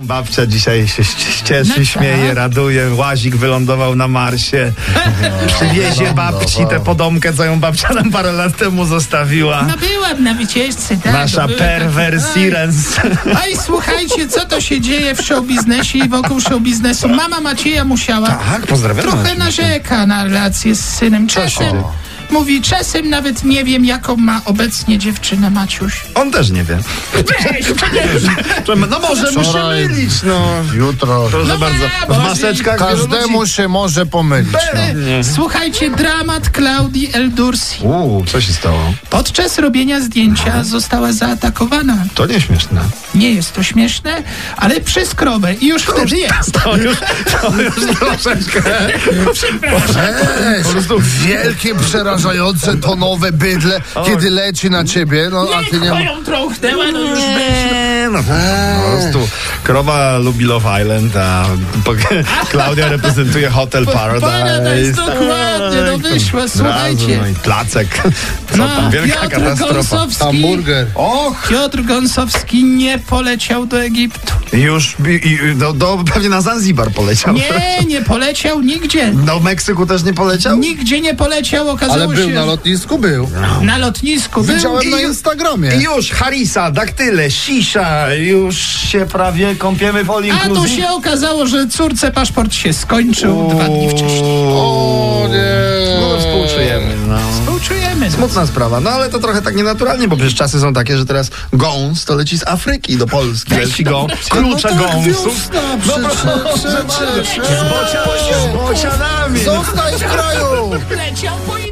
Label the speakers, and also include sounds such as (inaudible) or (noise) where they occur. Speaker 1: Babcia dzisiaj się ś- cieszy,
Speaker 2: No
Speaker 1: śmieje,
Speaker 2: tak.
Speaker 1: raduje. Łazik wylądował na (laughs) Marsie. Przywiezie babci tę podomkę, co ją babcia nam parę lat temu zostawiła.
Speaker 2: No byłem na wycieczce, tak.
Speaker 1: Nasza
Speaker 2: byłem
Speaker 1: perwers Sirens.
Speaker 2: Oj, oj, słuchajcie, co to się dzieje w showbiznesie i wokół showbiznesu. Mama Macieja musiała.
Speaker 1: Tak, pozdrawiam.
Speaker 2: Trochę narzeka na relacje z synem. Czasem mówi, czasem nawet nie wiem, jaką ma obecnie dziewczynę Maciuś.
Speaker 1: On też nie wie. No może mu się
Speaker 3: Wczoraj-
Speaker 1: mylić, no.
Speaker 3: Jutro.
Speaker 1: Proszę
Speaker 2: No
Speaker 1: bardzo.
Speaker 2: bo-
Speaker 1: W maseczkach wielu
Speaker 3: Każdemu
Speaker 1: ludzi.
Speaker 3: się może pomylić. no.
Speaker 2: E, Słuchajcie, dramat Klaudii Eldursi.
Speaker 1: Uuu, co się stało?
Speaker 2: Podczas robienia zdjęcia została zaatakowana.
Speaker 1: To nieśmieszne.
Speaker 2: Nie jest to śmieszne, ale przez krowę i już wtedy jest.
Speaker 1: To już, to już troszeczkę.
Speaker 3: Eee, wielkie, przerażające, tonowe bydle, kiedy leci na ciebie, no a ty nie...
Speaker 2: Lekko ją trąchnęła, no już weź.
Speaker 1: No, po prostu krowa lubi Love Island, a
Speaker 2: (laughs)
Speaker 1: po, Klaudia reprezentuje Hotel Paradise.
Speaker 2: Paradise, dokładnie, no wyszła,
Speaker 1: Razu,
Speaker 2: słuchajcie.
Speaker 1: No i placek. Co
Speaker 2: No,
Speaker 1: tam, wielka
Speaker 2: Piotr
Speaker 1: katastrofa.
Speaker 2: Gąsowski,
Speaker 3: Hamburger.
Speaker 1: Och,
Speaker 2: Piotr Gąsowski nie poleciał do Egiptu.
Speaker 1: już i, i, do, do, pewnie na Zanzibar poleciał.
Speaker 2: Nie, nie poleciał nigdzie.
Speaker 1: Do Meksyku też nie poleciał?
Speaker 2: Nigdzie nie poleciał,
Speaker 3: Ale
Speaker 2: okazało
Speaker 3: był
Speaker 2: się.
Speaker 3: na lotnisku, był.
Speaker 2: na lotnisku był.
Speaker 3: Widziałem na
Speaker 1: I-
Speaker 3: Instagramie.
Speaker 1: I już Harisa, daktyle, sisza, już się prawie kąpiemy w all
Speaker 2: A tu
Speaker 1: inclusive.
Speaker 2: się okazało, że córce paszport się skończył dwa dni wcześniej.
Speaker 1: O
Speaker 3: nie.
Speaker 1: No współczujemy. No.
Speaker 2: Współczujemy. no.
Speaker 1: Smutna sprawa, no ale to trochę tak nienaturalnie, bo przecież czasy są takie, że teraz gąs to leci z Afryki do Polski. Leci gą, klucze
Speaker 3: No tak,
Speaker 1: gąsów.
Speaker 3: wiosna, przecież, przecież,
Speaker 1: Z bocia- z bocianami.
Speaker 3: Zostań w kraju!
Speaker 2: Leciał po innym.